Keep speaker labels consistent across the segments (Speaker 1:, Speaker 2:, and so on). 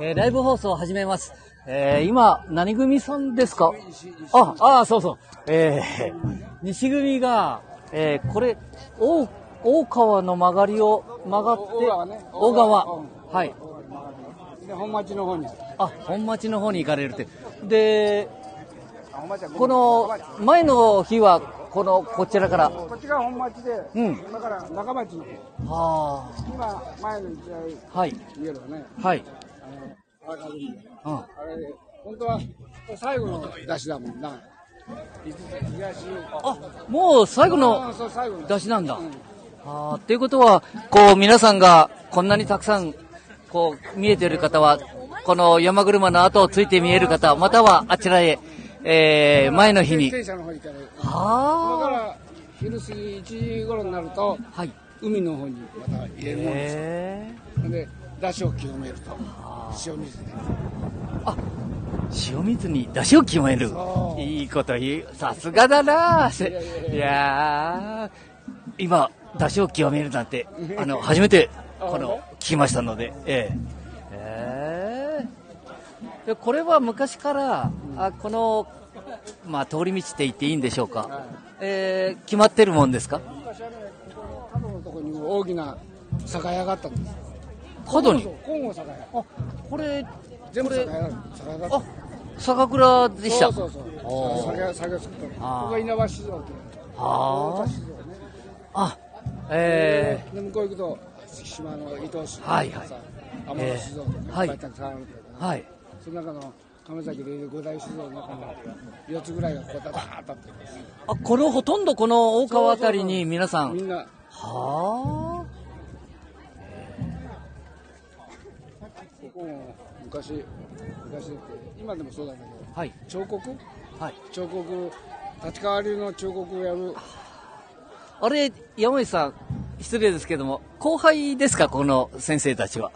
Speaker 1: えーライブ放送を始めます。えー今、何組さんですかあ、あーそうそう。えー西組が、えーこれ、大、大川の曲がりを曲がって、
Speaker 2: 大川ね
Speaker 1: 大川
Speaker 2: うん
Speaker 1: はい。
Speaker 2: で本町の方にある
Speaker 1: あ、本町の方に行かれるって。で、
Speaker 2: あ本町は
Speaker 1: この、前の日は、この、こちらから。は
Speaker 2: こっちが本町で、
Speaker 1: うん
Speaker 2: だから中町の方
Speaker 1: あ
Speaker 2: 今前の一台
Speaker 1: ー。はい。
Speaker 2: 見えるよね
Speaker 1: はい。
Speaker 2: あの赤組
Speaker 1: うん。
Speaker 2: あれ本当は最後の出しだもんな五つ東
Speaker 1: あ、もう最後の、
Speaker 2: うんそう最後の
Speaker 1: 出しなんだ
Speaker 2: う
Speaker 1: あーっていうことは、こう皆さんがこんなにたくさんこう見えている方は、この山車の後をついて見える方、またはあちらへ、えー、前の日に。
Speaker 2: 自転車の方に行かれるだか
Speaker 1: は
Speaker 2: ら昼過ぎ1時頃になると
Speaker 1: あ。はい。
Speaker 2: 海の方にまた入れるもんです
Speaker 1: へ
Speaker 2: で出汁を清めると
Speaker 1: あ
Speaker 2: 塩水で
Speaker 1: ー塩水に出汁を決める
Speaker 2: そ。う
Speaker 1: いいこと言う。さすがだなせ
Speaker 2: いやいやいや
Speaker 1: いやー今、出汁を極めるなんて、あの、初めて、
Speaker 2: あ
Speaker 1: こ
Speaker 2: ほん
Speaker 1: の
Speaker 2: と、
Speaker 1: 聞きましたので、ええ。ええでこれは昔から、あこの、まあ、通り道って言っていいんでしょうか。ええ決まってるもんですか
Speaker 2: 昔はねここの角のとこにも大きな酒屋があったんです
Speaker 1: 角に
Speaker 2: そう。そう金剛酒屋
Speaker 1: あ、これ、
Speaker 2: 全部
Speaker 1: これ
Speaker 2: 酒屋なんです酒屋だった
Speaker 1: あ、酒蔵でした。
Speaker 2: そうそうそう
Speaker 1: おー
Speaker 2: 酒屋酒屋作ったのこ
Speaker 1: あー
Speaker 2: こが稲葉酒造っていう
Speaker 1: は
Speaker 2: 大田酒造ね
Speaker 1: あ。あ、ええ
Speaker 2: で向こう行くと島の伊東市とかさ
Speaker 1: はいはい
Speaker 2: 天野酒造とか
Speaker 1: えー
Speaker 2: いっぱいたくさんあるけどね
Speaker 1: はい。
Speaker 2: その中の亀崎でいう五大酒造の中の4つぐらいがこうダーッとあって
Speaker 1: あ、このほとんどこの大川あたりに皆さん。
Speaker 2: みんな
Speaker 1: は
Speaker 2: ここも昔昔だって今でもそうだけど
Speaker 1: あ。はい。
Speaker 2: 彫刻
Speaker 1: はい。
Speaker 2: 彫刻立川流の彫刻をやる
Speaker 1: あれ、山内さん、失礼ですけども、後輩ですか、この先生たちは。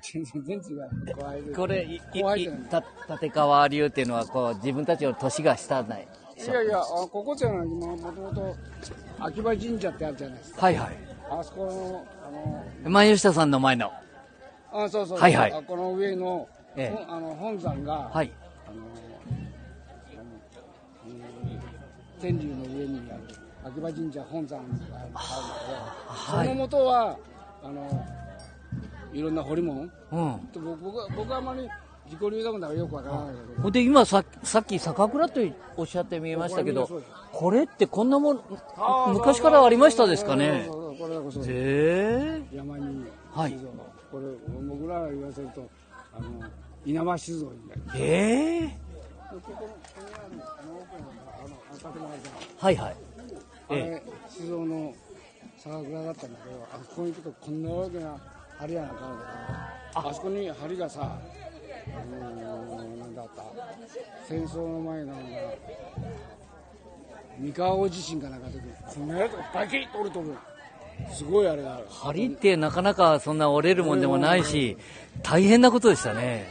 Speaker 2: 全然違う怖いです
Speaker 1: これ、い
Speaker 2: 後輩
Speaker 1: い
Speaker 2: じゃない
Speaker 1: いた立川流っていうのは、こう、自分たちの年が下ない。
Speaker 2: いやいやあここじゃないもともと秋葉神社ってあるじゃないですか
Speaker 1: はいはい。
Speaker 2: あそこのあの
Speaker 1: 前吉田さんの前の。
Speaker 2: あそうそう
Speaker 1: はいはい
Speaker 2: あこの上の,、
Speaker 1: ええ
Speaker 2: ほんあの本山が、
Speaker 1: はい。
Speaker 2: あのあのうん天竜の上にある秋葉神社本山があるんだけど、
Speaker 1: はい
Speaker 2: その元はあのいろんな彫り物
Speaker 1: うん。
Speaker 2: と僕僕は僕はあまり自己流だもんだからよくわからないんだけど
Speaker 1: ほんで、今さ、さっき酒蔵とおっしゃって見えましたけど
Speaker 2: これみんな、
Speaker 1: これってこんなもん、昔からありましたですかね
Speaker 2: そ。うそうそうこれだこそ
Speaker 1: へえ。
Speaker 2: 山に
Speaker 1: はい
Speaker 2: 酒造これ僕らが言わせるとあの稲葉酒造になる
Speaker 1: ええ。
Speaker 2: ここここにあるあの奥のあの赤くなるじゃん
Speaker 1: はいはい。
Speaker 2: あれ、酒造の酒蔵だったんだけど、あそこに行くとこんな大きな針やなかんだけど、あそこに針がさ、あのー、なんだった、戦争の前のなんだ、三河地震かなんかの時こんなやつがバキッと折れとる。すごいあれがある。
Speaker 1: 針ってなかなかそんな折れるもんでもないし、大変なことでしたね。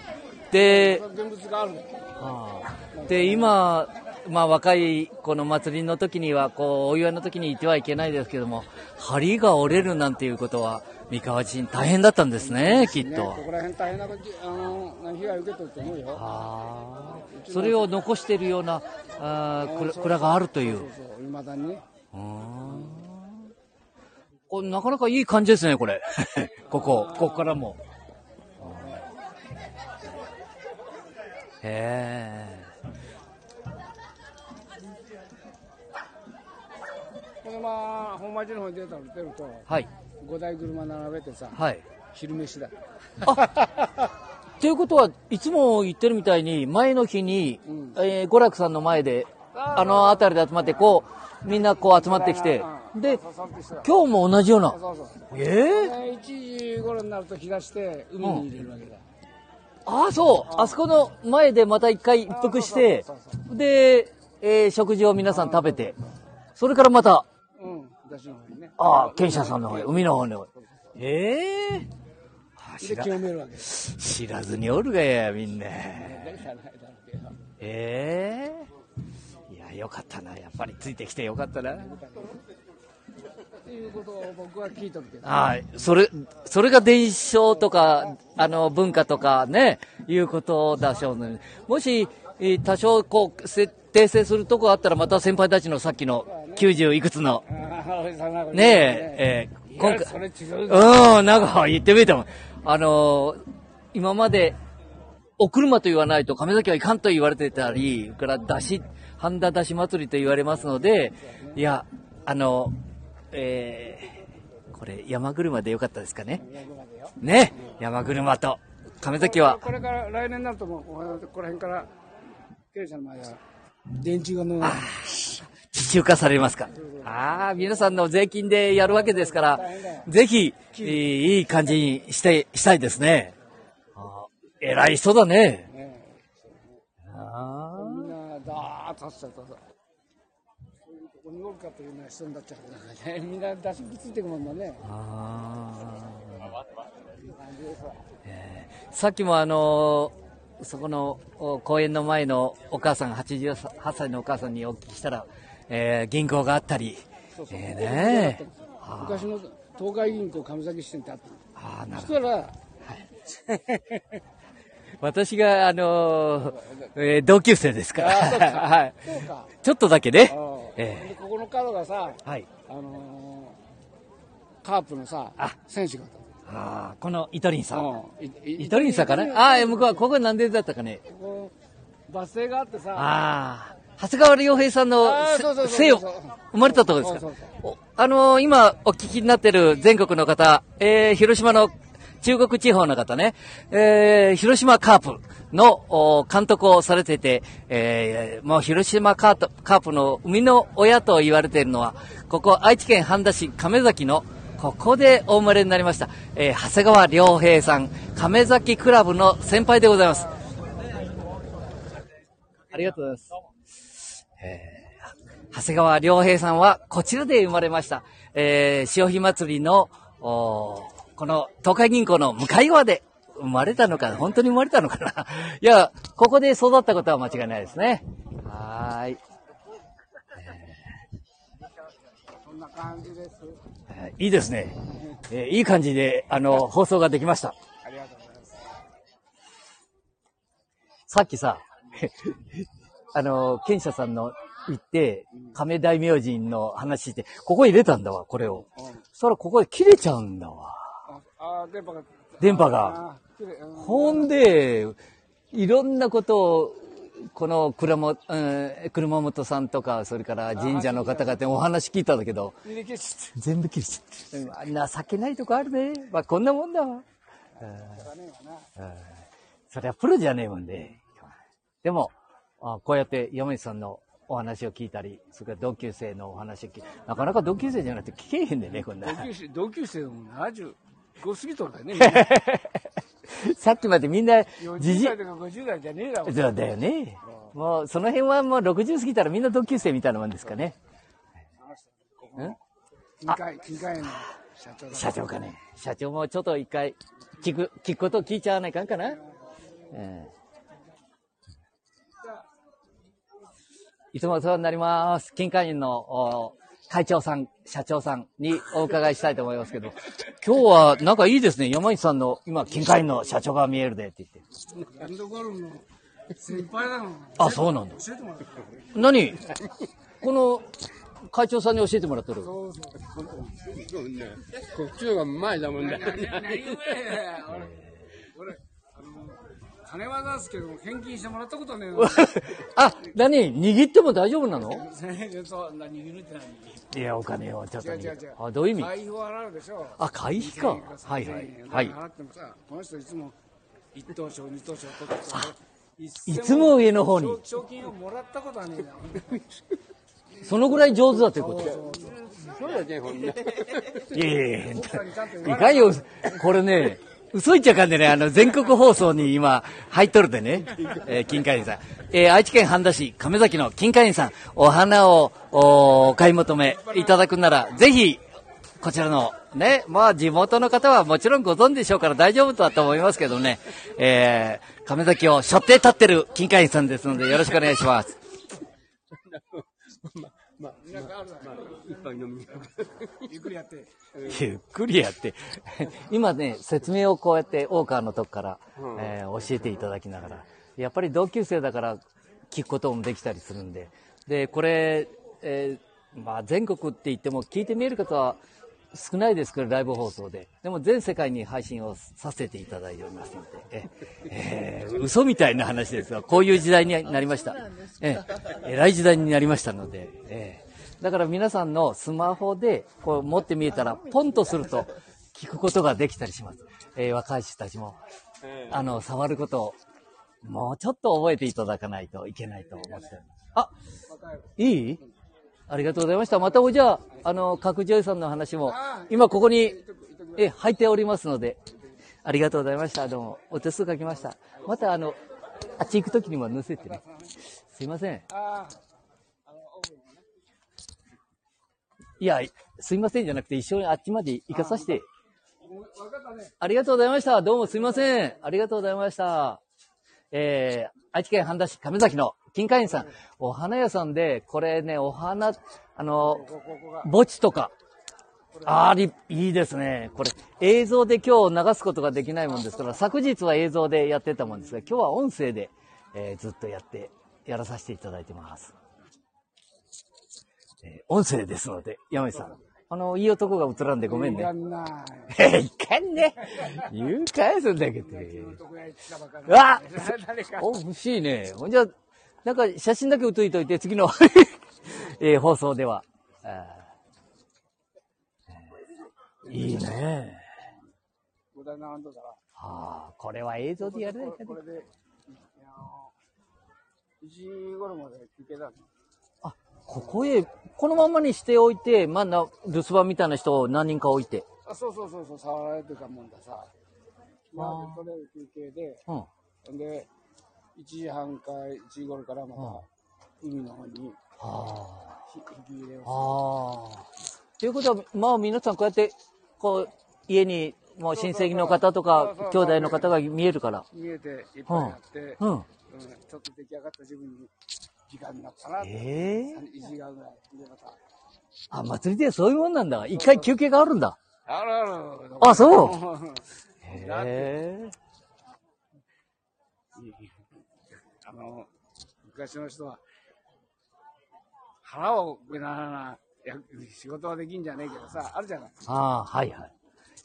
Speaker 1: で、
Speaker 2: 現物があるんだよ。
Speaker 1: ああで、今、まあ若いこの祭りの時には、こう、お祝いの時に行ってはいけないですけども、針が折れるなんていうことは、三河人大変だったんですね、きっ
Speaker 2: ね、
Speaker 1: と
Speaker 2: こ。こら辺大変なこと、あのー、被害受けとると思うよ。
Speaker 1: ああそれを残しているようなあー蔵蔵があるという
Speaker 2: そう。そう、いまだにね。
Speaker 1: うーんこれなかなかいい感じですね、これ。 ここ、ここからも。へ
Speaker 2: このまま本町の方に出たら出ると、
Speaker 1: え。はい、
Speaker 2: 5台車並べてさ、
Speaker 1: はい。
Speaker 2: 昼飯だ。
Speaker 1: ということは、いつも言ってるみたいに、前の日に、
Speaker 2: うん
Speaker 1: えー娯楽さんの前で、あの辺りで集まって、こう、みんなこう集まってきて、で、今日も同じような。
Speaker 2: そうそう
Speaker 1: ええ
Speaker 2: 1時頃になると日出して海に入れるわけだ、
Speaker 1: ああ、そう。あそこの前でまた一回一服して
Speaker 2: そうそうそう、
Speaker 1: で、えー食事を皆さん食べて、それからまた、
Speaker 2: うん私の方にね
Speaker 1: ああ、賢者さんの方へ、海の方に。ええあ知
Speaker 2: で
Speaker 1: ら
Speaker 2: 清めるわけだ
Speaker 1: 知らずにおるがや、みんな。
Speaker 2: だからないだろうけど
Speaker 1: ええいや、よかったな。やっぱりついてきてよかったな。
Speaker 2: っていうことを僕は聞いとるけど。
Speaker 1: はい。それ、それが伝承とか、あの、文化とかね、いうことだしょうね。もし、えー多少、こう、せ訂正するとこあったら、また先輩たちのさっきの90いくつの、
Speaker 2: ああ、おじさんなこと言う
Speaker 1: ねえ、えー
Speaker 2: いや
Speaker 1: 今
Speaker 2: そ
Speaker 1: 回、
Speaker 2: れ違うぞ。
Speaker 1: うん、なんか言ってみてもん、あのー今まで、お車と言わないと亀崎はいかんと言われてたり、それから出し、半田出し祭りと言われますので、いや、あの、えーこれ山車でよかったですかね。
Speaker 2: 役場でよ
Speaker 1: ね、山車と、亀崎は、
Speaker 2: これから来年になるともう、この辺から、経営者の前は、電柱がもう、
Speaker 1: 地中化されますか。ああ、皆さんの税金でやるわけですから、ぜひ、えーいい感じにして、したいですね。あー偉い人だね。
Speaker 2: ね
Speaker 1: あ
Speaker 2: みんな、だーっと立っちゃったと。ここにおるかというような人になっちゃうからね。 みんな出しくっついてくもんだね。
Speaker 1: ーあ
Speaker 2: いい感じですわ
Speaker 1: ー、えーさっきもあのーそこのお公園の前のお母さん、88歳のお母さんにお聞きしたら、えー銀行があったり、
Speaker 2: そうそう。
Speaker 1: えー
Speaker 2: ここ
Speaker 1: ね
Speaker 2: で出会ったんですよ昔の東海銀行上崎支店ってあったの
Speaker 1: あーなるほど
Speaker 2: そしたら、
Speaker 1: 私が、あのーえー同級生ですから、 はい、
Speaker 2: そうか。
Speaker 1: ちょっとだけね
Speaker 2: あー、
Speaker 1: え
Speaker 2: でここの角がさ、
Speaker 1: ーはい、
Speaker 2: あのーカープのさ
Speaker 1: あ、
Speaker 2: 選手が
Speaker 1: あーこのイトリンさん、
Speaker 2: うんいい
Speaker 1: イトリンさんかな、
Speaker 2: イトリン
Speaker 1: ああー、向こうはここ何でだったかね、
Speaker 2: ここバス停があってさ、
Speaker 1: ああ、長谷川良平さんの
Speaker 2: あー
Speaker 1: せ
Speaker 2: そうそうそうそう
Speaker 1: 生を生まれたところです
Speaker 2: そ
Speaker 1: か
Speaker 2: うそう、
Speaker 1: おあのー今、お聞きになってる全国の方、えー広島の中国地方の方ね、えー広島カープのお監督をされていて、えーもう広島カートカープの生みの親と言われているのは、ここ愛知県半田市亀崎のここでお生まれになりました、えー長谷川良平さん、亀崎クラブの先輩でございます。ありがとうございます。長谷川良平さんはこちらで生まれました。えー、潮干祭りの、おーこの東海銀行の向かい側で生まれたのか、本当に生まれたのかな。 いや、ここで育ったことは間違いないですね。はーい。
Speaker 2: そんな感じです。
Speaker 1: えーいいですね。えーいい感じで、あの、放送ができました。
Speaker 2: ありがとうございます。
Speaker 1: さっきさ、 あの、賢者さんの行って、亀大明神の話して、ここ入れたんだわ、これを。
Speaker 2: うん
Speaker 1: そしたらここで切れちゃうんだわ。
Speaker 2: ああー、電波が。
Speaker 1: 電波が
Speaker 2: あー。綺麗うん
Speaker 1: ほんで、いろんなことを、この倉も、うん、車本さんとか、それから神社の方々にお話聞いたんだけど、
Speaker 2: 履歴して
Speaker 1: 全部切れちゃって。情けないとこあるね。まあ、こんなもんだわ。
Speaker 2: たからねえわな
Speaker 1: そりゃプロじゃねえもんね。でも、あこうやって山内さんのお話を聞いたり、それから同級生のお話を聞いなかなか同級生じゃなくて聞けへんでね、こんな。
Speaker 2: 同級生、同級生でも75過ぎとるだよね。み んな
Speaker 1: さっきまでみんな、じ
Speaker 2: 40
Speaker 1: じ
Speaker 2: 代とか50代じゃねえだもん。
Speaker 1: そうだよね。もう、その辺はもう60過ぎたらみんな同級生みたいなもんですかね。ん
Speaker 2: 近海、近海の社長だ。
Speaker 1: 社長かね。社長もちょっと一回、聞く、聞くことを聞いちゃわないかんかな。うん。いつもお世話になります。金会員のお会長さん、社長さんにお伺いしたいと思いますけど、 今日はなんかいいですね。山内さんの、今、金会員の社長が見えるでって言って。
Speaker 2: ランドゴルフの先輩だもん。
Speaker 1: あ、そうなんだ。
Speaker 2: 教えてもらった。
Speaker 1: 何この、会長さんに教えてもらってる。
Speaker 2: そうそう。
Speaker 3: そうね。こっちの方が前だもんね。
Speaker 2: 何言うてんねん俺、俺、あの、金は出すけども、返金してもらったことねえの。
Speaker 1: あ、何握っても大丈夫なの
Speaker 2: そう、何言うてない。
Speaker 1: いや、お金をちょっと
Speaker 2: 違う違
Speaker 1: 握
Speaker 2: う
Speaker 1: っ
Speaker 2: 違
Speaker 1: て
Speaker 2: う。。
Speaker 1: あ、どういう意味
Speaker 2: 会費を払うでしょ。
Speaker 1: あ、会費か。はいはい。は
Speaker 2: はいい。。払ってもさ、この人いつも一等賞、二等賞取ってさ、
Speaker 1: い
Speaker 2: い
Speaker 1: つも上の方に
Speaker 2: 賞賞金をもらったことはねえんだ
Speaker 1: そのぐらい上手だということ
Speaker 3: そうやね、ほんね。
Speaker 1: いやいやいや
Speaker 2: さんにちゃんと言わ
Speaker 1: い
Speaker 2: な
Speaker 1: かんよ。これね、嘘言っちゃあかんでね、あの、全国放送に今、入っとるでね、えー金華園さん。えー愛知県半田市亀崎の金華園さん、お花をおお買い求めいただくなら、ぜひ、こちらの、ね、まあ地元の方はもちろんご存知でしょうから大丈夫だと思いますけどね、えー、亀崎を背負って立ってる金華園さんですのでよろしくお願いします。
Speaker 3: ま、ま、
Speaker 2: 200あるだ
Speaker 3: まあ
Speaker 2: ろ。、
Speaker 3: 一杯飲みに行く。
Speaker 2: ゆっくりやって。
Speaker 1: ゆっくりやって。今ね、説明をこうやって大川のとこから、
Speaker 3: うん
Speaker 1: えー教えていただきながら。やっぱり同級生だから聞くこともできたりするんで。で、これ、えーまあ全国って言っても聞いて見える方は少ないですけど、ライブ放送で。でも全世界に配信をさせていただいておりますので。ええー嘘みたいな話ですが、こういう時代になりました。ええ、偉い時代になりましたので。ええだから皆さんのスマホでこう持ってみえたら、ポンとすると聞くことができたりします。えー若い人たちも、あの、触ることを、もうちょっと覚えていただかないといけないと思っております。あ、いいありがとうございました。またおじゃあ、あの、角女優さんの話も、今ここに、え、入っておりますので、ありがとうございました。どうも、お手数書きました。またあの、あっち行くときにも載せてね。すいません。
Speaker 2: あ
Speaker 1: いや、すいませんじゃなくて、一緒にあっちまで行かさせて。
Speaker 2: あ、もう分かったね。
Speaker 1: ありがとうございました。どうもすいません。ありがとうございました。えー、愛知県半田市亀崎の金華園さん。お花屋さんで、これね、お花、あの、
Speaker 2: ここここが。
Speaker 1: 墓地とか。あり、いいですね。これ、映像で今日流すことができないもんですから、昨日は映像でやってたもんですが、今日は音声で、えーずっとやって、やらさせていただいてます。えー音声ですので、山井さん。あの、いい男が映らんでごめんね
Speaker 2: や。んな
Speaker 1: えいかんね。言う返すんだけど。
Speaker 2: い。どこや行ってたばかり
Speaker 1: うわ
Speaker 2: 誰か。
Speaker 1: お、欲しいね。ほんじゃ、なんか写真だけ写いといて、次の、 えー放送では。あーえーいいね。
Speaker 2: 無駄な温度だわ。
Speaker 1: はあ、これは映像でやらないか
Speaker 2: こ
Speaker 1: ね
Speaker 2: れで、あの、1時頃まで聞けたの。
Speaker 1: あ、ここへ、このままにしておいて、まあ、な留守番みたいな人を何人か置いて。
Speaker 2: あ、そうそうそうそう、触られてたもんださ。まあ、それ休憩で、
Speaker 1: うん。
Speaker 2: ほんで、1時半か1時頃からまた、海の方にひ
Speaker 1: はあ。
Speaker 2: 引き入れを
Speaker 1: ああ。ということは、まあ皆さんこうやって、こう、家に、もう親戚の方とか
Speaker 2: そう、
Speaker 1: 兄
Speaker 2: そうそう
Speaker 1: 弟の方が見えるから。
Speaker 2: 見えていっぱいあって、
Speaker 1: う
Speaker 2: うん
Speaker 1: ん。
Speaker 2: ちょっと出来上がった自分に時間になったなって、
Speaker 1: ええ
Speaker 2: 1時間ぐらいでまた。
Speaker 1: あ、祭りでそういうもんなんだ。一回休憩があるんだ。
Speaker 2: あらあら
Speaker 1: あそう
Speaker 2: えだって
Speaker 1: へえ。
Speaker 2: あの、昔の人は、腹をくならな、いや仕事はできんじゃねえけどさ、あるじゃない。
Speaker 1: ああ、はいはい。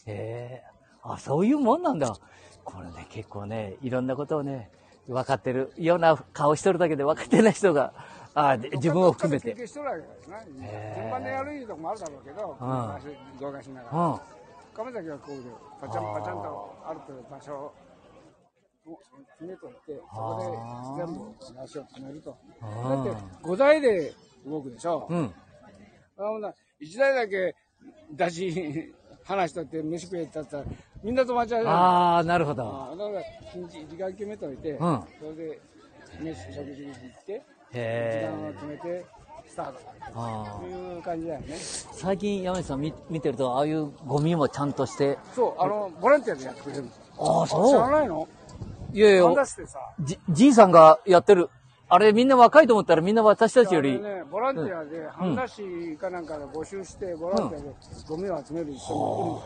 Speaker 1: ええあ、そういうもんなんだ。これね、結構ね、いろんなことをね、分かってるような顔しとるだけで分かってない人が、あで自分を含め
Speaker 2: どっか
Speaker 1: て。
Speaker 2: で休憩しとるわけだよな。
Speaker 1: へえ
Speaker 2: 順番でやるいいとこもあるだろうけど、
Speaker 1: うん
Speaker 2: 昔動画しなが
Speaker 1: う
Speaker 2: ら。
Speaker 1: ん。
Speaker 2: 亀崎はこうで、パチャンパチャンとあるという場所を決めといて、そこで全部足を決めると。だって、5台で動くでしょ。
Speaker 1: うん。
Speaker 2: ほんなら1台だけ出し、 話しとって飯食えってやったら、みんな止まっちゃうじゃん。
Speaker 1: ああ、なるほど。
Speaker 2: あだから日にち時間決めといて、
Speaker 1: ん
Speaker 2: それで飯食事に行って、時
Speaker 1: へ
Speaker 2: 間を
Speaker 1: え。
Speaker 2: 決めてスタート
Speaker 1: ああ
Speaker 2: と。いう感じだよね
Speaker 1: 最近山内さん見見てるとああいうゴミもちゃんとして
Speaker 2: そうあのボランティアでやってくれるの
Speaker 1: ああ
Speaker 2: 知
Speaker 1: そ
Speaker 2: ら
Speaker 1: う
Speaker 2: ないの
Speaker 1: いやい
Speaker 2: 話
Speaker 1: や
Speaker 2: してさ
Speaker 1: じじいさんがやってるあれみんな若いと思ったらみんな私たちよ
Speaker 2: あ
Speaker 1: り
Speaker 2: のね、ボランティアで半田市かなんかで募集してボランティアでゴミを集める人も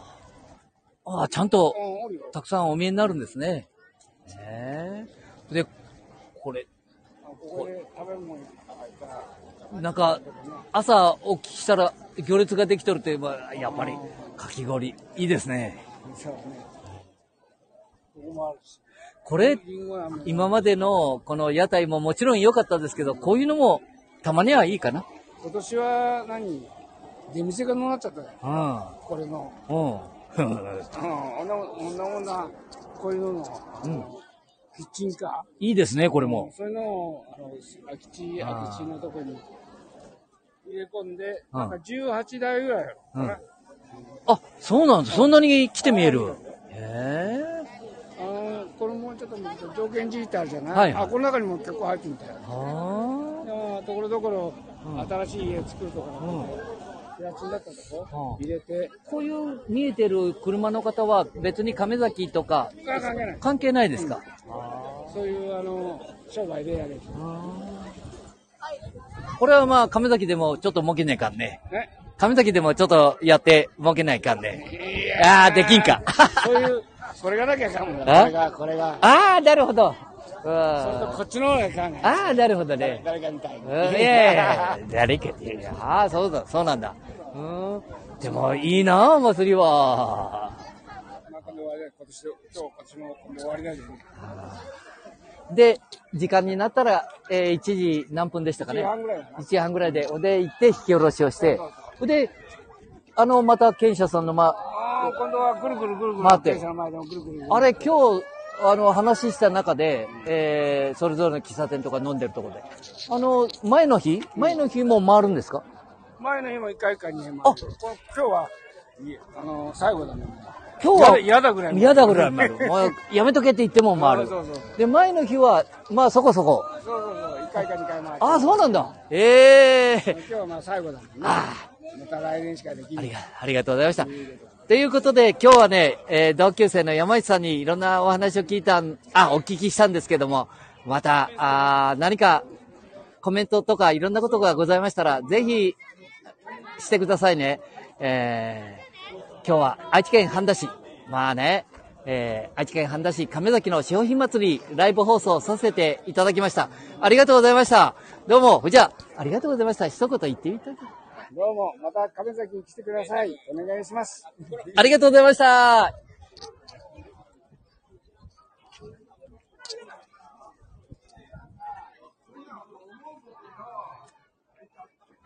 Speaker 1: ああちゃんと
Speaker 2: いるうんおるよ
Speaker 1: たくさんお見えになるんですねへえでこれ
Speaker 2: あここで食べるもんいっぱいあるから
Speaker 1: なんか朝お聞きしたら行列ができとるって言えばやっぱりかき氷いいですね
Speaker 2: そうねここもあるし
Speaker 1: これ
Speaker 2: リンゴやもん
Speaker 1: 今までのこの屋台ももちろん良かったですけどこういうのもたまにはいいかな
Speaker 2: 今年は何出店がどうなっちゃったよ
Speaker 1: うん
Speaker 2: これの
Speaker 1: うん。
Speaker 2: うん、女女女、こういうのの、キッチンカ
Speaker 1: いいですね、これ
Speaker 2: ー、
Speaker 1: も。
Speaker 2: そういうのを、あの、空き地、
Speaker 1: あー
Speaker 2: 空き地のとこに入れ込んで、
Speaker 1: うん
Speaker 2: なんか18台ぐらいあるかな、
Speaker 1: あ、そうなんです。そんなに来て見える。へえ。
Speaker 2: あーこれもうちょっと見ると条件字ってあるじゃない、
Speaker 1: はいはい
Speaker 2: あ、この中にも結構入ってみたよ。
Speaker 1: は
Speaker 2: でもところどころ、新しい家作るとかなんかで、平地になったとこ、
Speaker 1: うん
Speaker 2: 入れて、
Speaker 1: あ。こういう見えてる車の方は別に亀崎とか
Speaker 2: それは関係ない。
Speaker 1: 関係ないですか
Speaker 2: そういう、あの、商売でやれる。
Speaker 1: あこれはまあ、亀崎でもちょっと儲けねえかんね。
Speaker 2: ね。
Speaker 1: 亀崎でもちょっとやって儲けないかんね。ああ、できん か。
Speaker 2: そういう、それがなきゃあかんもんな。
Speaker 1: あ
Speaker 2: これが、これが。
Speaker 1: ああ、なるほど。うん
Speaker 2: それと
Speaker 1: あ
Speaker 2: こっちの方があかんがな。
Speaker 1: あ、なるほどね。
Speaker 2: 誰かみたい
Speaker 1: うんい
Speaker 2: に。
Speaker 1: やいやいや誰かっていうああ、そうだ、そうなんだ。うん。でも、いいなあ、お祭りは。
Speaker 2: まあ今度はね今年で、今日、今年も今度終わりだよね。
Speaker 1: で、時間になったら、えー1時何分でしたかね
Speaker 2: 1時半ぐらいかな
Speaker 1: 1時半ぐらいで、おで行って引き下ろしをして、で、あの、また、賢者さんのま、
Speaker 2: ああ、今度はぐるぐるぐるぐる。
Speaker 1: 待って
Speaker 2: 電車の前でもぐるぐるぐる。
Speaker 1: あれ、今日、あの、話した中で、えーそれぞれの喫茶店とか飲んでるとこで。あの、前の日前の日も回るんですか
Speaker 2: 前の日も一回一回に回る。こ今日は、いえあの、最後だね。
Speaker 1: 今日は、
Speaker 2: 嫌だ嫌だぐらい
Speaker 1: 嫌だぐらい回る。もうやめとけって言っても回る
Speaker 2: そうそうそ。
Speaker 1: で、前の日は、まあそこそこ。
Speaker 2: そうそうそう、一回か二回回る。
Speaker 1: ああ、そうなんだ。ええ
Speaker 2: 今日はまあ最後だもんね。
Speaker 1: あ
Speaker 2: また来年しかでき
Speaker 1: あ
Speaker 2: な
Speaker 1: り
Speaker 2: い。
Speaker 1: が、ありがとうございました。ということで、今日はね、えー同級生の山内さんにいろんなお話を聞いたん、あ、お聞きしたんですけども、また、あー何かコメントとかいろんなことがございましたら、ぜひ、してくださいね。えー今日は愛知県半田市。まあね、えー愛知県半田市亀崎の商品祭りライブ放送させていただきました。ありがとうございました。どうも、じゃあ、ありがとうございました。一言言ってみたい
Speaker 2: どうも、また亀崎に来てください。お願いします。
Speaker 1: ありがとうございました。